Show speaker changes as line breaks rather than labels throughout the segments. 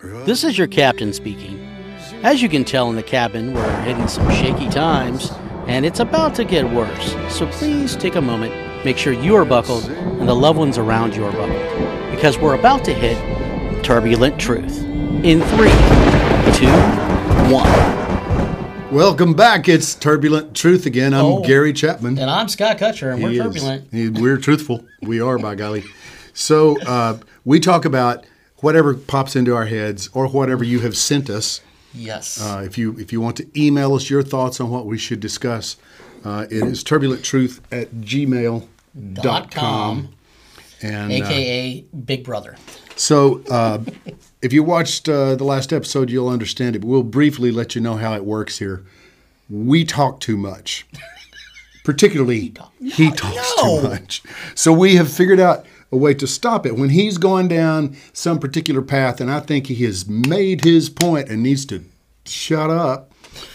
This is your captain speaking. As you can tell in the cabin, we're hitting some shaky times, and it's about to get worse. So please take a moment, make sure you are buckled and the loved ones around you are buckled, because we're about to hit turbulent truth. In three, two, one.
Welcome back. It's Turbulent Truth again. I'm
Oh.
Gary Chapman.
And I'm Scott Kutcher, and we're
He is.
turbulent.
He- we're truthful. We are, by golly. So uh, we talk about whatever pops into our heads or whatever you have sent us.
Yes.
Uh, if you if you want to email us your thoughts on what we should discuss, uh, it is turbulenttruth at gmail.com.
Dot com.
And, uh,
AKA Big Brother.
so, uh, if you watched uh, the last episode, you'll understand it. But we'll briefly let you know how it works here. We talk too much, particularly he, talks
No.
too much. So we have figured out a way to stop it. When he's gone down some particular path, and I think he has made his point and needs to shut up,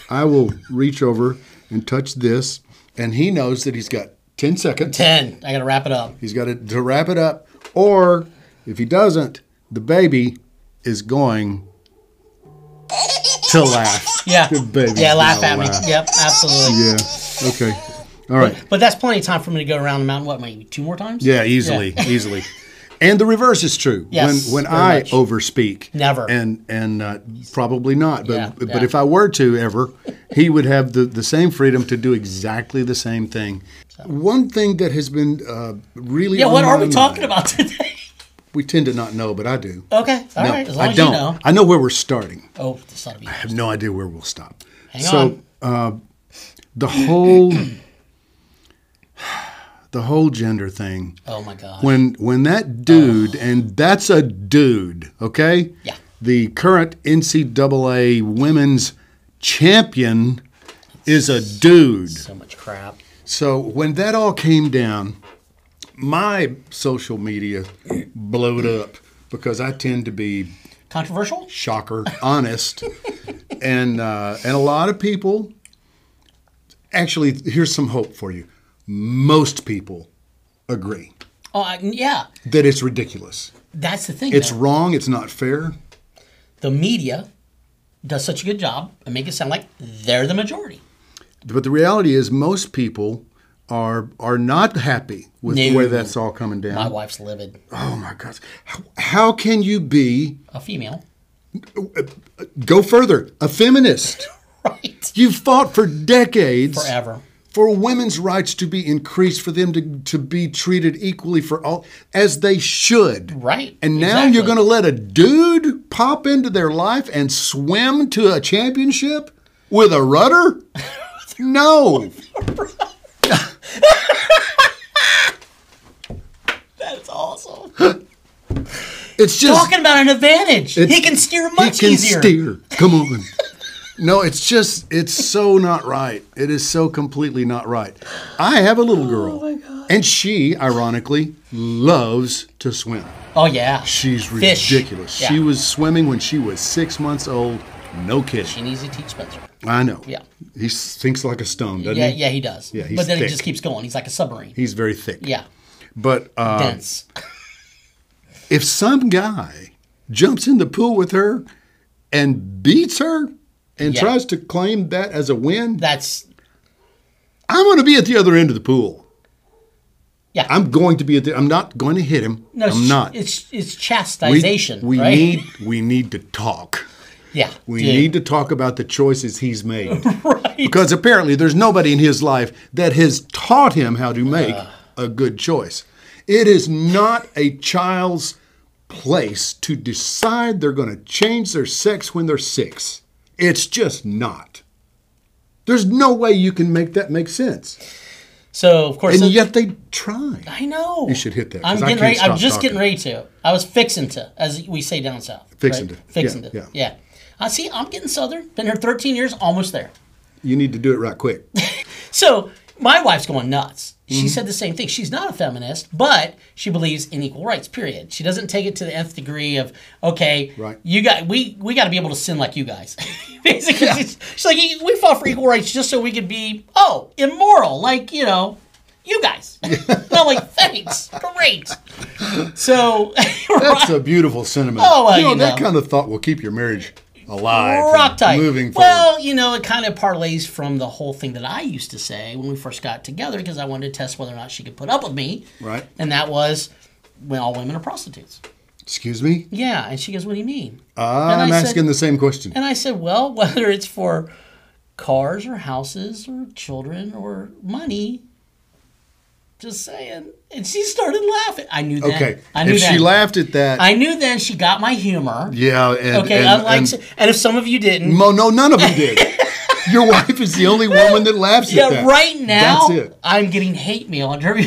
I will reach over and touch this, and he knows that he's got ten seconds.
10. I got to wrap it up.
He's got to, to wrap it up, or if he doesn't, the baby is going to laugh.
Yeah.
The baby's
yeah, laugh
gonna
at me. Yep, absolutely.
Yeah. Okay. All right.
But that's plenty of time for me to go around the mountain, what, maybe two more times?
Yeah. Easily. Easily. And the reverse is true.
Yes,
when when
very
I
much.
overspeak,
Never.
and and uh, probably not. But
Yeah,
but
yeah.
if I were to ever, he would have the, the same freedom to do exactly the same thing. One thing that has been uh, really
Yeah, what
on
are
my
we talking
mind-
about today?
We tend to not know, but I do.
Okay, all right.
No,
As long
I
as
don't.
you know.
I know where we're starting.
Oh, this ought to be.
I have no idea where we'll stop.
Hang
so, Uh, the whole the whole gender thing.
Oh my God.
When when that dude and that's a dude, okay?
Yeah.
The current NCAA women's champion is a dude.
so much crap.
So when that all came down, my social media blowed up because I tend to be
Controversial?
shocker, honest, and uh, and a lot of people. Actually, here's some hope for you. Most people agree
Oh, I, yeah.
that it's ridiculous.
That's the thing.
It's
though.
wrong. It's not fair.
the media does such a good job and make it sound like they're the majority.
But the reality is, most people are are not happy with the
No.
way that's all coming down.
My wife's livid.
Oh my gosh! How, how can you be?
A female.
Go further. A feminist.
Right.
You've fought for decades.
Forever.
for women's rights to be increased, for them to, to be treated equally for all as they should.
Right,
And now
exactly.
you're going to let a dude pop into their life and swim to a championship with a rudder? No.
That's awesome.
It's just
Talking about an advantage. He
It's-
can steer
he
much
can
easier.
steer. Come on. No, it's just it's so not right. It is so completely not right. I have a
Oh
little girl. And she, ironically, loves to swim.
Oh, yeah.
She's
Fish.
ridiculous.
Yeah.
She was swimming when she was six months old. No
She
kidding.
needs to teach Spencer.
I know.
Yeah.
He sinks like a stone, doesn't
Yeah,
he?
yeah, he does.
Yeah, he's
but then it
thick.
just keeps going. He's like a submarine.
He's very thick.
yeah.
But uh,
Dense.
if some guy jumps in the pool with her and beats her and
Yeah.
tries to claim that as a win,
That's
I'm going to be at the other end of the pool.
yeah.
I'm going to be at the. I'm not going to hit him.
no,
I'm
sh-
not.
It's it's
We-
chastisation.
we
right?
need. We need to talk.
Yeah.
We
dude.
need to talk about the choices he's made. Because apparently there's nobody in his life that has taught him how to make a good choice. It is not a child's place to decide they're going to change their sex when they're 6. It's just not. There's no way you can make that make sense.
So of course.
And
so-
yet they try.
I know.
You should hit that,
I'm
'cause I
getting
can't
ready. I'm
stop
just getting
talking.
ready to. I was fixing to, as we say down south.
Fixing to.
Fixing
Yeah,
to.
yeah.
Yeah. I see. I'm getting southern. Been here 13 years. Almost there.
You need to do it right quick.
So my wife's going nuts. She said the same thing. She's not a feminist, but she believes in equal rights. Period. She doesn't take it to the nth degree of okay,
Right.
You got we we got to be able to sin like you guys. Basically, she's, she's like we fought for equal rights just so we could be oh immoral, like you know, you guys. and I'm like, thanks, great. So,
That's a beautiful sentiment.
Oh, well,
you know,
you
that
know.
kind of thought will keep your marriage alive, and
rock tight.
moving forward.
well, you know, it kind of parlays from the whole thing that I used to say when we first got together because I wanted to test whether or not she could put up with me.
Right.
And that was when all women are prostitutes.
Excuse me.
Yeah. And she goes, What do you mean? And
Ah, I'm
I said-
asking the same question.
And I said, Well, whether it's for cars or houses or children or money, just saying. And she started laughing. I knew that.
Okay.
I knew
if
that.
she laughed at that,
I knew then she got my humor.
yeah. And,
Okay,
and,
unlike,
and-
and, if some of you didn't,
Mo, no, none of them did. Your wife is the only woman that laughs
yeah,
at that.
right now
That's it.
I'm getting hate mail on Derby.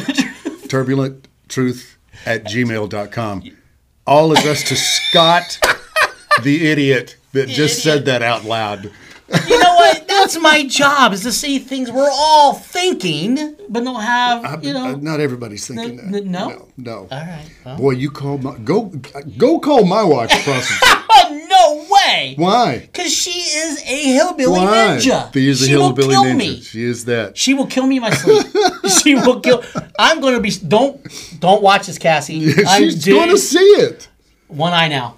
Turbulent truth at gmail.com. All addressed to Scott, the idiot that just said that out loud.
you know what? That's my job is to see things we're all thinking, but don't have you know.
Uh, Not everybody's thinking
n-
that.
n- no? Uh-huh.
No. no.
all right. Well.
Boy, you call my go go call my wife a prostitute.
Oh no way!
Why?
Because she is a hillbilly
Why?
ninja.
She is a
she
hillbilly
will kill
ninja.
me.
She is that.
She will kill me in my sleep. she will kill. I'm going to be. Don't don't watch this, Cassie. I'm
She's going to
doing-
see it.
one eye now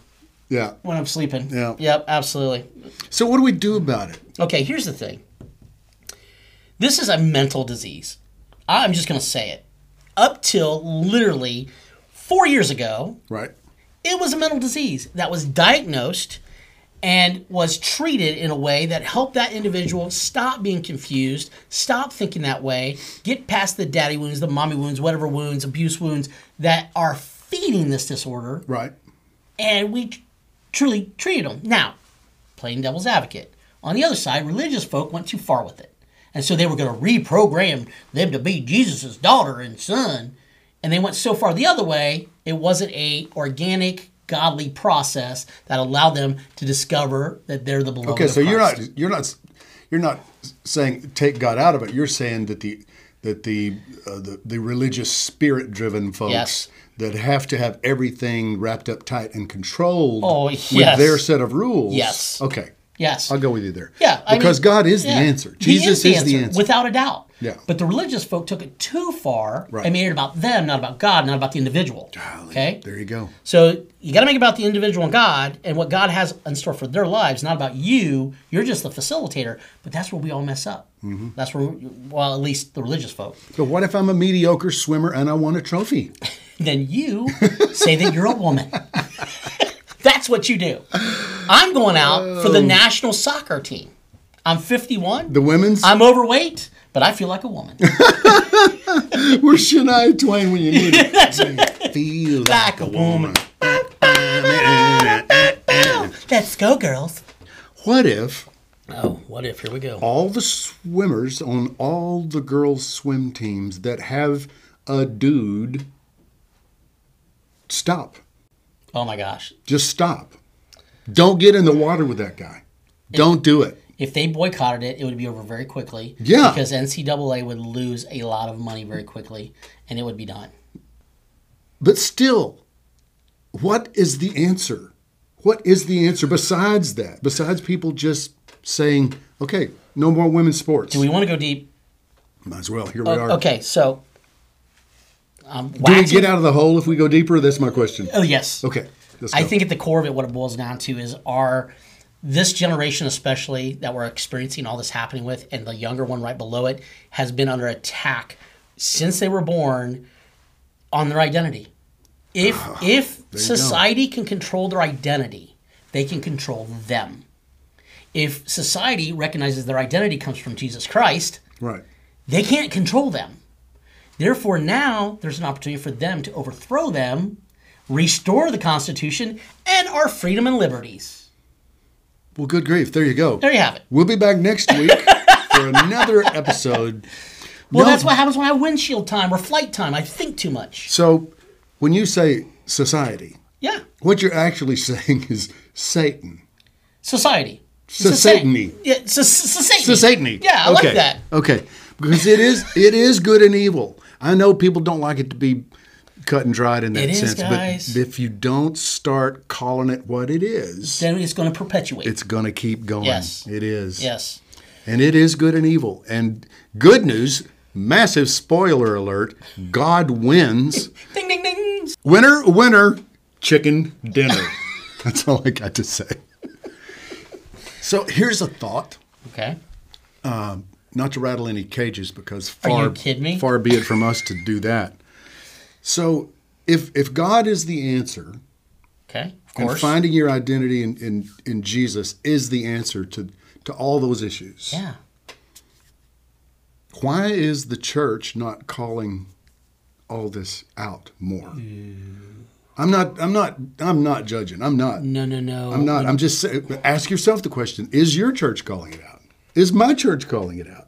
Yeah.
when I'm sleeping.
Yeah.
Yep. Absolutely.
So what do we do about it?
Okay, here's the thing. This is a mental disease. I'm just going to say it. Up till literally four years ago,
Right.
it was a mental disease that was diagnosed and was treated in a way that helped that individual stop being confused, stop thinking that way, get past the daddy wounds, the mommy wounds, whatever wounds, abuse wounds that are feeding this disorder
Right.
and we tr- truly treated them. Now, playing devil's advocate. On the other side, religious folk went too far with it. And so they were going to reprogram them to be Jesus' daughter and son. And they went so far the other way, it wasn't a organic, godly process that allowed them to discover that they're the beloved
Okay,
of
so you're
Christ.
not you're not you're not saying take God out of it. You're saying that the that the uh, the, the religious spirit driven folks
Yes.
that have to have everything wrapped up tight and controlled
Oh,
with
yes.
their set of rules.
Yes.
Okay.
Yes.
I'll go with you there.
Yeah, I
Because
mean,
God is
yeah,
the answer.
He
Jesus is, the answer.
without a doubt.
Yeah.
But the religious folk took it too far
Right.
and made it about them, not about God, not about the individual. Okay.
There you go.
So you got to make it about the individual and God and what God has in store for their lives, not about you. You're just the facilitator. But that's where we all mess up.
Mm-hmm.
That's where, well, at least the religious folk.
But what if I'm a mediocre swimmer and I won a trophy?
Then you say that you're a woman. that's what you do. I'm going out for the national soccer team. I'm 51.
Oh. The women's
I'm overweight, but I feel like a woman.
We're Shania Twain when you need it. Feel like a woman.
Let's go, girls.
What if
Oh, what if? Here we go.
all the swimmers on all the girls' swim teams that have a dude stop?
Oh my gosh.
Just stop. Don't get in the water with that guy. Don't do it.
If they boycotted it, it would be over very quickly.
Yeah.
Because NCAA would lose a lot of money very quickly and it would be done.
But still, what is the answer? What is the answer besides that? Besides people just saying, okay, no more women's sports.
Do we want to go deep?
Might as well. Here we are.
Okay, so. Um,
Do we get out of the hole if we go deeper? That's my question.
Oh, yes.
Okay. Let's go.
I think at the core of it, what it boils down to is our this generation, especially that we're experiencing all this happening with, and the younger one right below it, has been under attack since they were born on their identity. If if society can control their identity, they can control them. If society recognizes their identity comes from Jesus Christ,
Right.
they can't control them. Therefore, now there's an opportunity for them to overthrow them, restore the Constitution, and our freedom and liberties.
Well, good grief. There you go.
There you have it.
We'll be back next week for another episode.
Well,
No,
that's what happens when I have windshield time or flight time. I think too much.
So, when you say society,
Yeah.
what you're actually saying is Satan.
Society.
Society.
Yeah. so- so- Society.
Society.
Yeah, I
okay.
like that.
Okay. Because it is it is good and evil. I know people don't like it to be cut and dried in that
It is,
sense,
guys.
but if you don't start calling it what it is,
Then it's going to perpetuate.
it's going to keep going.
Yes.
It is.
yes.
And it is good and evil. And good news, Massive spoiler alert God wins.
Ding ding ding.
Winner, winner, chicken dinner. That's all I got to say. So here's a thought,
Okay.
not to rattle any cages because
Are you
far
kidding me?
far be it from us to do that. So if if God is the answer,
Okay. Of
and
course.
finding your identity in, in, in Jesus is the answer to, to all those issues.
Yeah.
Why is the church not calling all this out more? I'm not I'm not I'm not judging. I'm not.
No, no, no.
I'm not. I'm just saying, ask yourself the question, is your church calling it out? Is my church calling it out?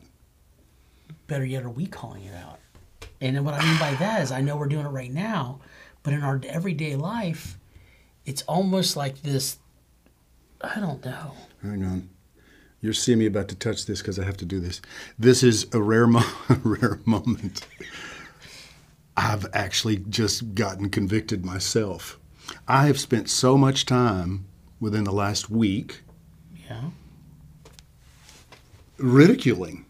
better yet, are we calling it out? And then what I mean by that is, I know we're doing it right now, but in our everyday life, it's almost like this. I don't know.
Hang on. You're seeing me about to touch this because I have to do this. This is a rare, mo- a rare moment. I've actually just gotten convicted myself. I have spent so much time within the last week
Yeah.
ridiculing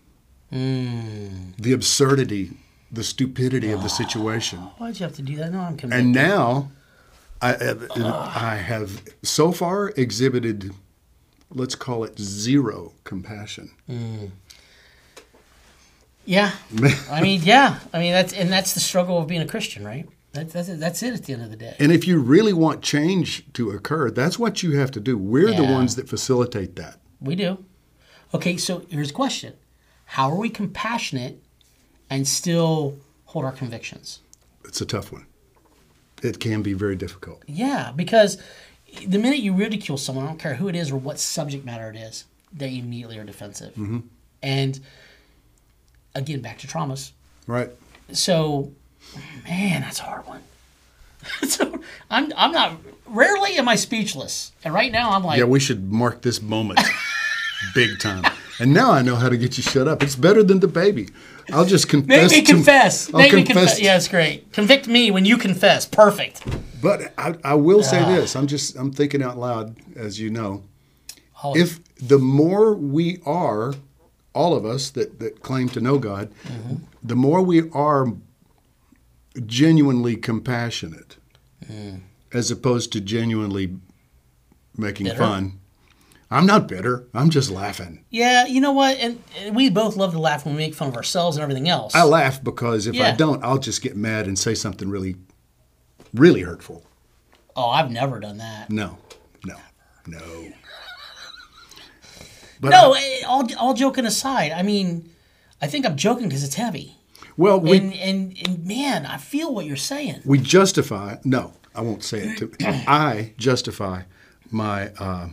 Hmm.
the absurdity, the stupidity of the situation.
Why'd you have to do that? No, I'm convicted.
And now I, have- I have so far exhibited, let's call it zero compassion.
Hmm. yeah. I mean, yeah. I mean, that's and that's the struggle of being a Christian, right? That's that's it, that's it at the end of the day.
And if you really want change to occur, that's what you have to do. We're the
Yeah.
ones that facilitate that.
We do. Okay, so here's a question: How are we compassionate and still hold our convictions?
It's a tough one. It can be very difficult.
Yeah, because the minute you ridicule someone, I don't care who it is or what subject matter it is, they immediately are defensive.
Mm-hmm.
And again, back to traumas.
Right.
So, man, that's a hard one. so I'm I'm not rarely am I speechless, and right now I'm like,
Yeah, we should mark this moment big time. And now I know how to get you shut up. It's better than the baby. I'll just
make
confess.
me
to-
confess,
I'll
make me
confess
confess.
to-
Yeah, it's great. Convict me when you confess. Perfect.
But I, I will say
Ah.
this. I'm just I'm thinking out loud, as you know.
Oh.
If the more we are, all of us that, that claim to know God,
Mm-hmm.
the more we are genuinely compassionate,
Mm.
as opposed to genuinely making
Bitter?
fun. I'm not bitter. I'm just laughing.
Yeah, you know what? And, and we both love to laugh when we make fun of ourselves and everything else.
I laugh because if
Yeah.
I don't, I'll just get mad and say something really, really hurtful.
oh, I've never done that.
No, no, no. But
No, eh, all, all joking aside, I mean, I think I'm joking because it's heavy.
Well, we
and, and, and man, I feel what you're saying.
we justify. No, I won't say it. To, I justify my uh,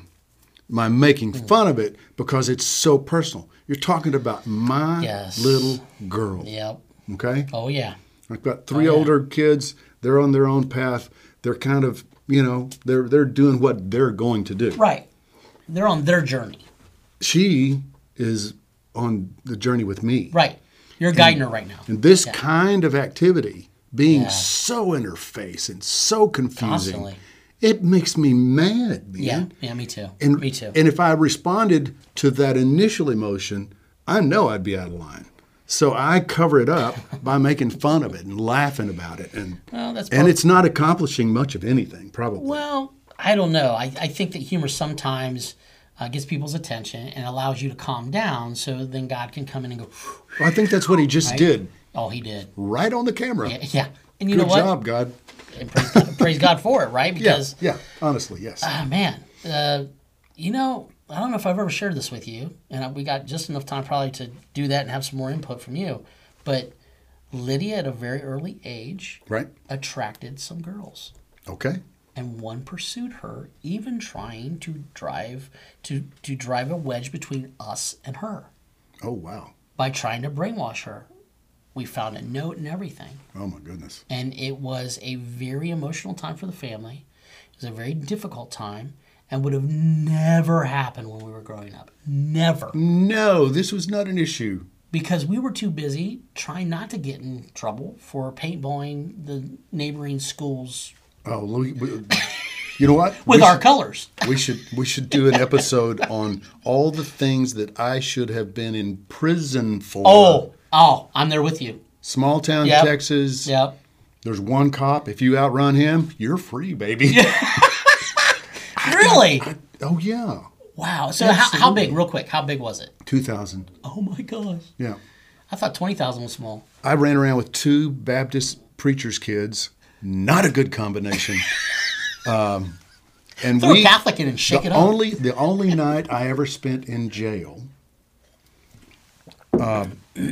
my making
Hmm.
fun of it because it's so personal. You're talking about my
Yes.
little girl.
Yep.
Okay.
Oh, yeah.
I've got three older kids. They're on their own path. They're kind of you know they're they're doing what they're going to do.
Right. They're on their journey.
She is on the journey with me.
Right. You're guiding her right now.
And this kind of activity being
Yeah.
so in her face and so confusing,
Constantly.
it makes me mad, man.
Yeah. Yeah, me too.
And,
me too.
And if I responded to that initial emotion, I know I'd be out of line. So I cover it up by making fun of it and laughing about it, and
Well, that's
and it's not accomplishing much of anything, probably.
Well, I don't know. I, I think that humor sometimes uh, gets people's attention and allows you to calm down so then God can come in and go,
Well, I think that's what he just did,
oh, he did.
right on the camera.
Yeah. yeah. And you know
Good
what?
job, God.
And praise, God, praise God for it, right?
Yeah,
Because
yeah. Honestly, yes.
Ah, man. Uh, you know, I don't know if I've ever shared this with you, and I- we got just enough time probably to do that and have some more input from you. But Lydia, at a very early age,
right.
attracted some girls,
Okay.
and one pursued her, even trying to drive to to drive a wedge between us and her
Oh wow.
by trying to brainwash her. We found a note and everything
Oh my goodness.
and it was a very emotional time for the family. It was a very difficult time and would have never happened when we were growing up. Never.
No, this was not an issue.
Because we were too busy trying not to get in trouble for paintballing the neighboring schools
Oh, we, we, you know what?
with
we
our
should,
colors.
we should we should do an episode on all the things that I should have been in prison for.
Oh, Oh, I'm there with you.
Small town
Yep.
Texas.
Yep.
There's one cop. If you outrun him, you're free, baby.
Really?
Oh yeah,
Wow. So how, how big? Real quick. How big was it?
two thousand.
Oh my gosh.
Yeah,
I thought twenty thousand was small.
I ran around with two Baptist preachers' kids. Not a good combination. um, and
Throw
we
a Catholic in and shake
the
it up.
only the only night I ever spent in jail, um,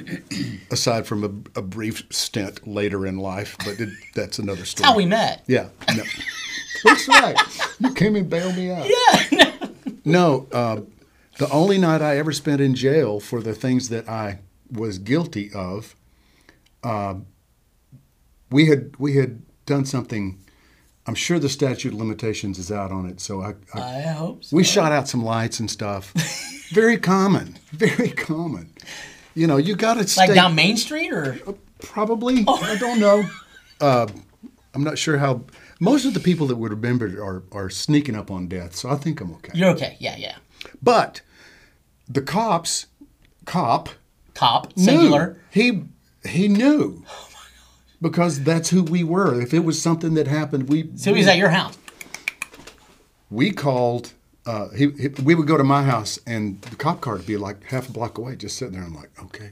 aside from a, a brief stint later in life, but it, that's another story.
how we met.
Yeah. No. That's right. You came and bailed me out. Yeah. No, uh, the only night I ever spent in jail for the things that I was guilty of, uh, we had we had done something. I'm sure the statute of limitations is out on it, so I, I
I hope so.
we shot out some lights and stuff. very common, very common. You know, you got to stay
Like Oh. down Main Street or
Probably. I don't know. Uh, I'm not sure how. Most of the people that would remember it are, are sneaking up on death, so I think I'm okay.
you're okay. Yeah, yeah.
But the cops, cop,
Cop,
knew.
singular. Oh
He he knew. Because that's who we were. If it was something that happened, we
So he's at your house.
we called. Uh, he, he, we would go to my house, and the cop car would be like half a block away, just sitting there. I'm like, okay,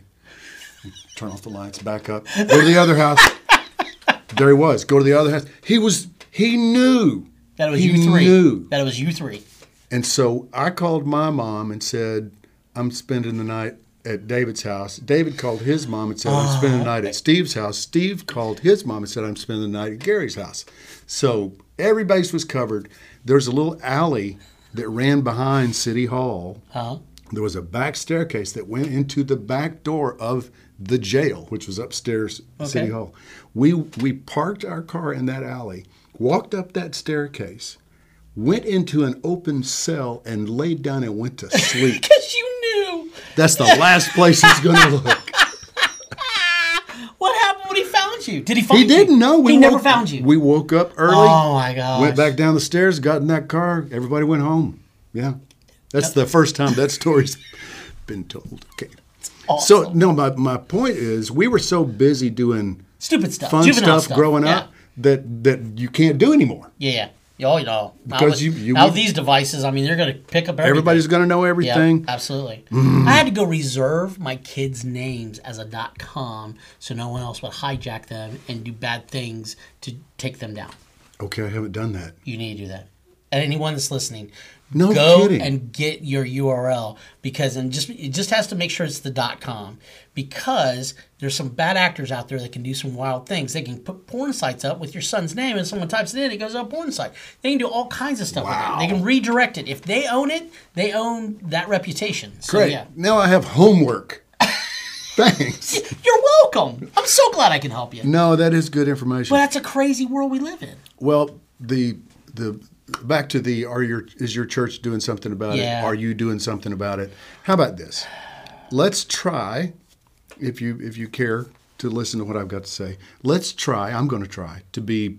turn off the lights, back up, go to the other house. there he was. Go to the other house. He was. He knew.
That it was
he
you three.
Knew.
That it was you three.
And so I called my mom and said, I'm spending the night at David's house. David called his mom and said, I'm spending the night at Steve's house. Steve called his mom and said, I'm spending the night at Gary's house. So every base was covered. There's a little alley that ran behind City Hall.
Huh?
There was a back staircase that went into the back door of the jail, which was upstairs at City
Okay.
Hall. We we parked our car in that alley, walked up that staircase, went into an open cell and laid down and went to sleep.
Because you knew.
That's the last place he's going to look.
What happened when he found you? Did he find
He
you?
didn't know.
he never
woke-
found you.
We woke up early.
Oh, my gosh.
Went back down the stairs, got in that car. Everybody went home. Yeah, that's the first time that story's been told. Okay. So
awesome.
no, my, my point is we were so busy doing
Stupid stuff.
fun
Juvenile
stuff, growing
yeah.
up that that you can't do anymore.
Yeah, yeah. Oh, you know. Now
Because
with-
you- you
now
would-
these devices, I mean, they're going to pick up everything.
Everybody's going to know everything. Mm.
Yeah, absolutely. I had to go reserve my kids' names as a dot com so no one else would hijack them and do bad things to take them down.
Okay, I haven't done that.
You need to do that. And anyone that's listening,
No
go
kidding.
and get your URL because and just it just has to make sure it's the dot com because there's some bad actors out there that can do some wild things. They can put porn sites up with your son's name and someone types it in, it goes to a porn site. They can do all kinds of stuff with it. They can redirect it. If they own it, they own that reputation. So
Great.
yeah.
Now I have homework. Thanks.
You're welcome. I'm so glad I can help you.
No, that is good information.
But that's a crazy world we live in.
Well, the the back to the are your is your church doing something about
Yeah.
it? Are you doing something about it? How about this? Let's try, if you if you care to listen to what I've got to say. Let's try. I'm going to try to be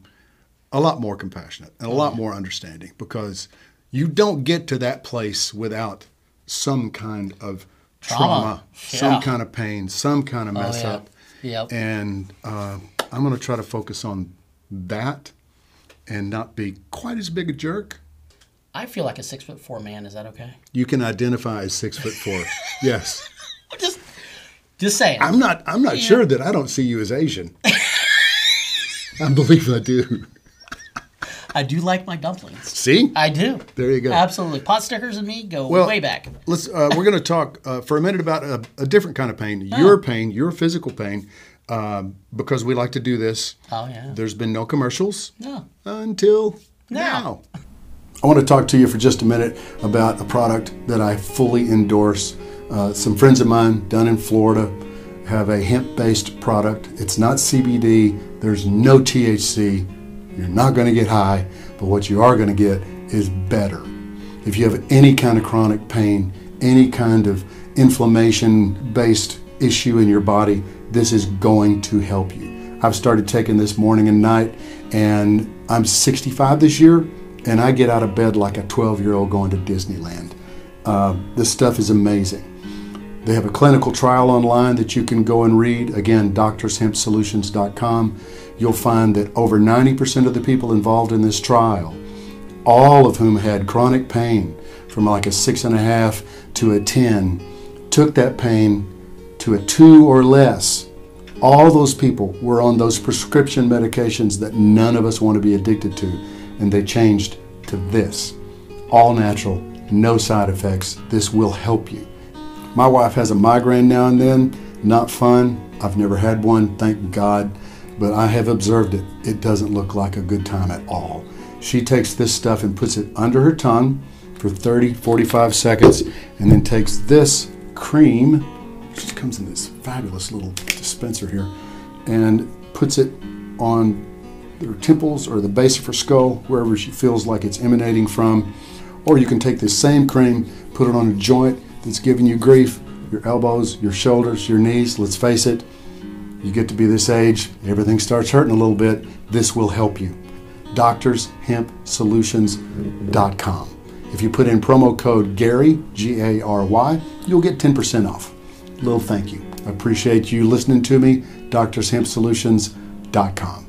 a lot more compassionate and a lot more understanding because you don't get to that place without some kind of trauma,
Trauma.
some
Yeah.
kind of pain, some kind of mess
Oh, yeah.
up.
Yep.
And uh, I'm going to try to focus on that and not be quite as big a jerk.
I feel like a six foot four man. Is that okay?
You can identify as six foot four. yes,
I'm just, just saying.
I'm not. I'm not sure that I don't see you as Asian. I believe I do.
I do like my dumplings.
See,
I do.
there you go.
Absolutely. Pot stickers and me go
Well,
way back.
Let's. Uh, we're going to talk uh, for a minute about a, a different kind of pain. Your pain, your physical pain, um, because we like to do this.
Oh, yeah.
There's been no commercials.
No.
until
Now.
now. I want to talk to you for just a minute about a product that I fully endorse. Uh, some friends of mine down in Florida have a hemp based product. It's not CBD, there's no THC. You're not going to get high, but what you are going to get is better. If you have any kind of chronic pain, any kind of inflammation based issue in your body, this is going to help you. I've started taking this morning and night, and I'm 65 this year, and I get out of bed like a 12 year old going to Disneyland. Uh, this stuff is amazing. They have a clinical trial online that you can go and read. Again, drshempsolutions.com. You'll find that over 90% of the people involved in this trial, all of whom had chronic pain from like a six and a half to a 10, took that pain to a two or less. All those people were on those prescription medications that none of us want to be addicted to, and they changed to this. All natural, no side effects. This will help you. My wife has a migraine now and then. Not fun. I've never had one, thank God, but I have observed it. It doesn't look like a good time at all. She takes this stuff and puts it under her tongue for 30, 45 seconds, and then takes this cream, which comes in this fabulous little dispenser here, and puts it on her temples or the base of her skull, wherever she feels like it's emanating from. Or you can take this same cream, put it on a joint that's giving you grief your elbows, your shoulders, your knees. Let's face it, you get to be this age, everything starts hurting a little bit. This will help you. DoctorsHempSolutions.com. If you put in promo code Gary, G A R Y, you'll get 10% off. Little thank you. I appreciate you listening to me. DoctorsHempSolutions.com.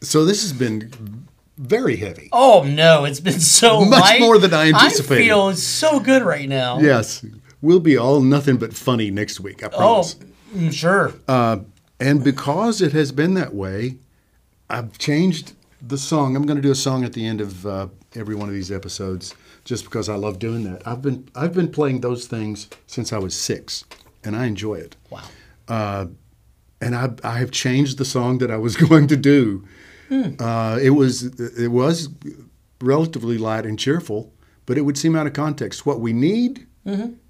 So this has been very heavy.
Oh no, it's been so
Much
light.
more than I anticipated.
I feel so good right now.
Yes, we'll be all nothing but funny next week. I
Oh,
promise.
mm, sure.
Uh, And because it has been that way, I've changed the song. I'm going to do a song at the end of uh, every one of these episodes, just because I love doing that. I've been I've been playing those things since I was six, and I enjoy it. Uh,
wow.
And I I have changed the song that I was going to do.
Hmm.
Uh, it was it was relatively light and cheerful, but it would seem out of context. What we need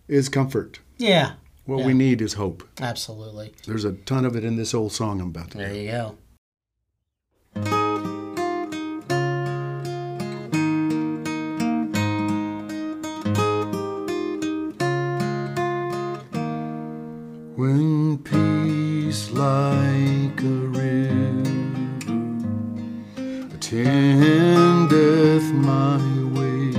is comfort.
Yeah.
What
Mm-hmm. Yeah.
we need is hope.
Absolutely.
There's a ton of it in this old song I'm about to
There
do.
you go.
When peace like a river attendeth my way,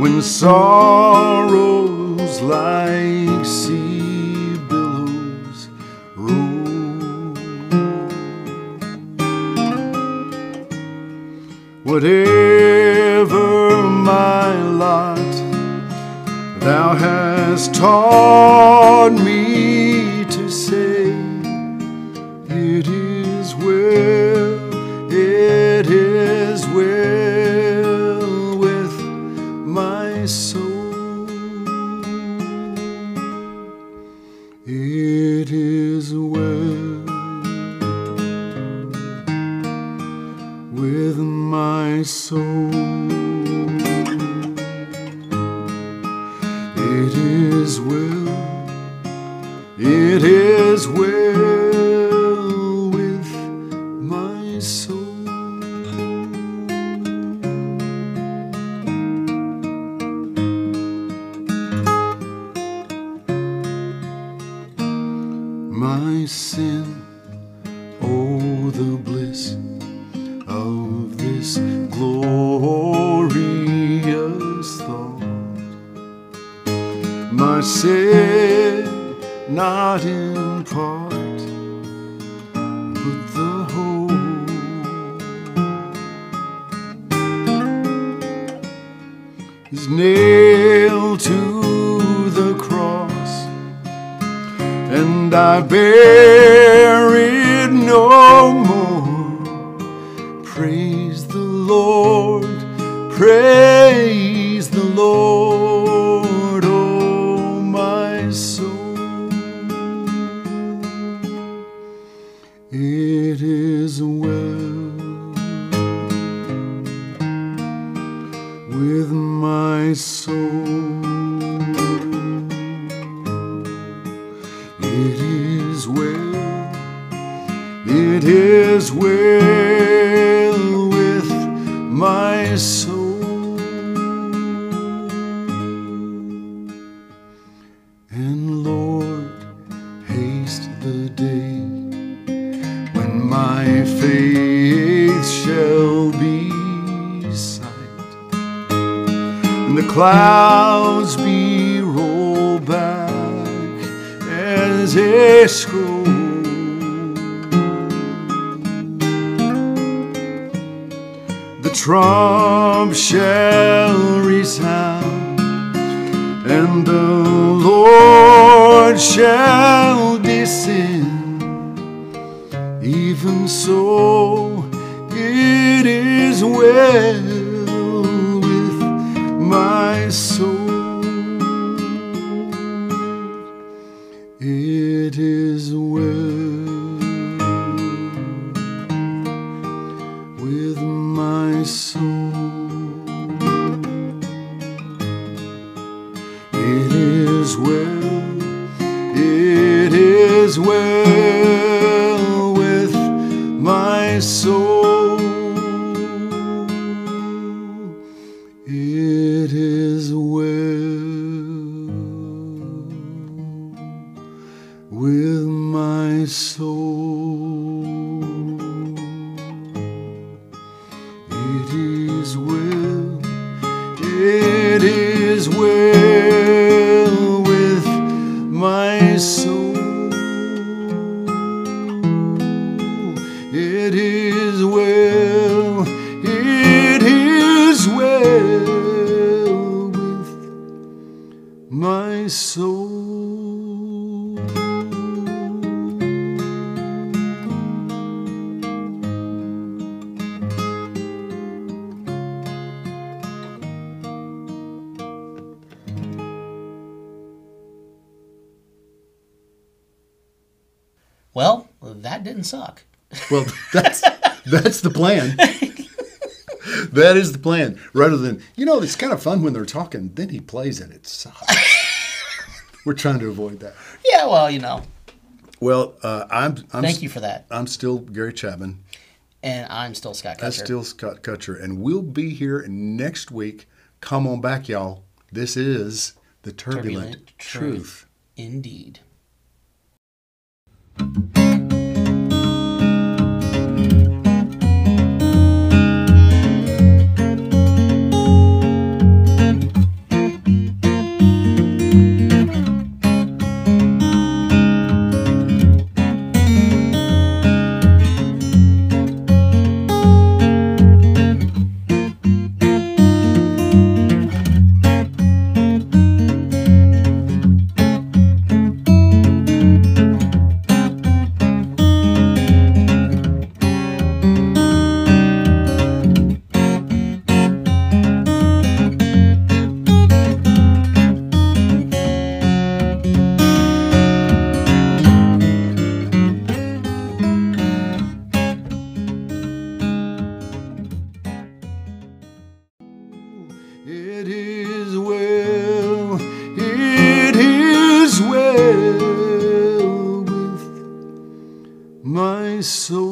when sorrows like sea billows roll, whatever my lot. Thou hast taught me to say, It is well, it is well with my soul. It is well with my soul. It is well, it is well with my soul. My sin, oh, the bliss of this glorious thought my sin, not in part, but the whole is nailed to the cross, and I bear it no more. Praise the Lord, praise the Lord, oh my soul. It is well with my soul. It is well. It is well with my soul, and Lord, haste the day when my faith shall be sight, the clouds be rolled back as they scroll. The trump shall resound, and the Lord shall descend. Even so, it is well with my soul. It is well with my soul. It is well, it is well with my soul. It is well with my soul. It is well, it is well with my soul. It is well, it is well with my soul.
Well, that didn't suck.
Well, that's that's the plan. That is the plan. Rather than you know, it's kind of fun when they're talking. Then he plays and it sucks. We're trying to avoid that.
Yeah, well, you know.
Well, uh, I'm. I'm
Thank you for that.
I'm still Gary Chapman.
And I'm still Scott
I'm
Kutcher.
still Scott Kutcher, and we'll be here next week. Come on back, y'all. This is the turbulent,
Turbulent Truth.
truth.
Indeed.
It is well, it is well with my soul.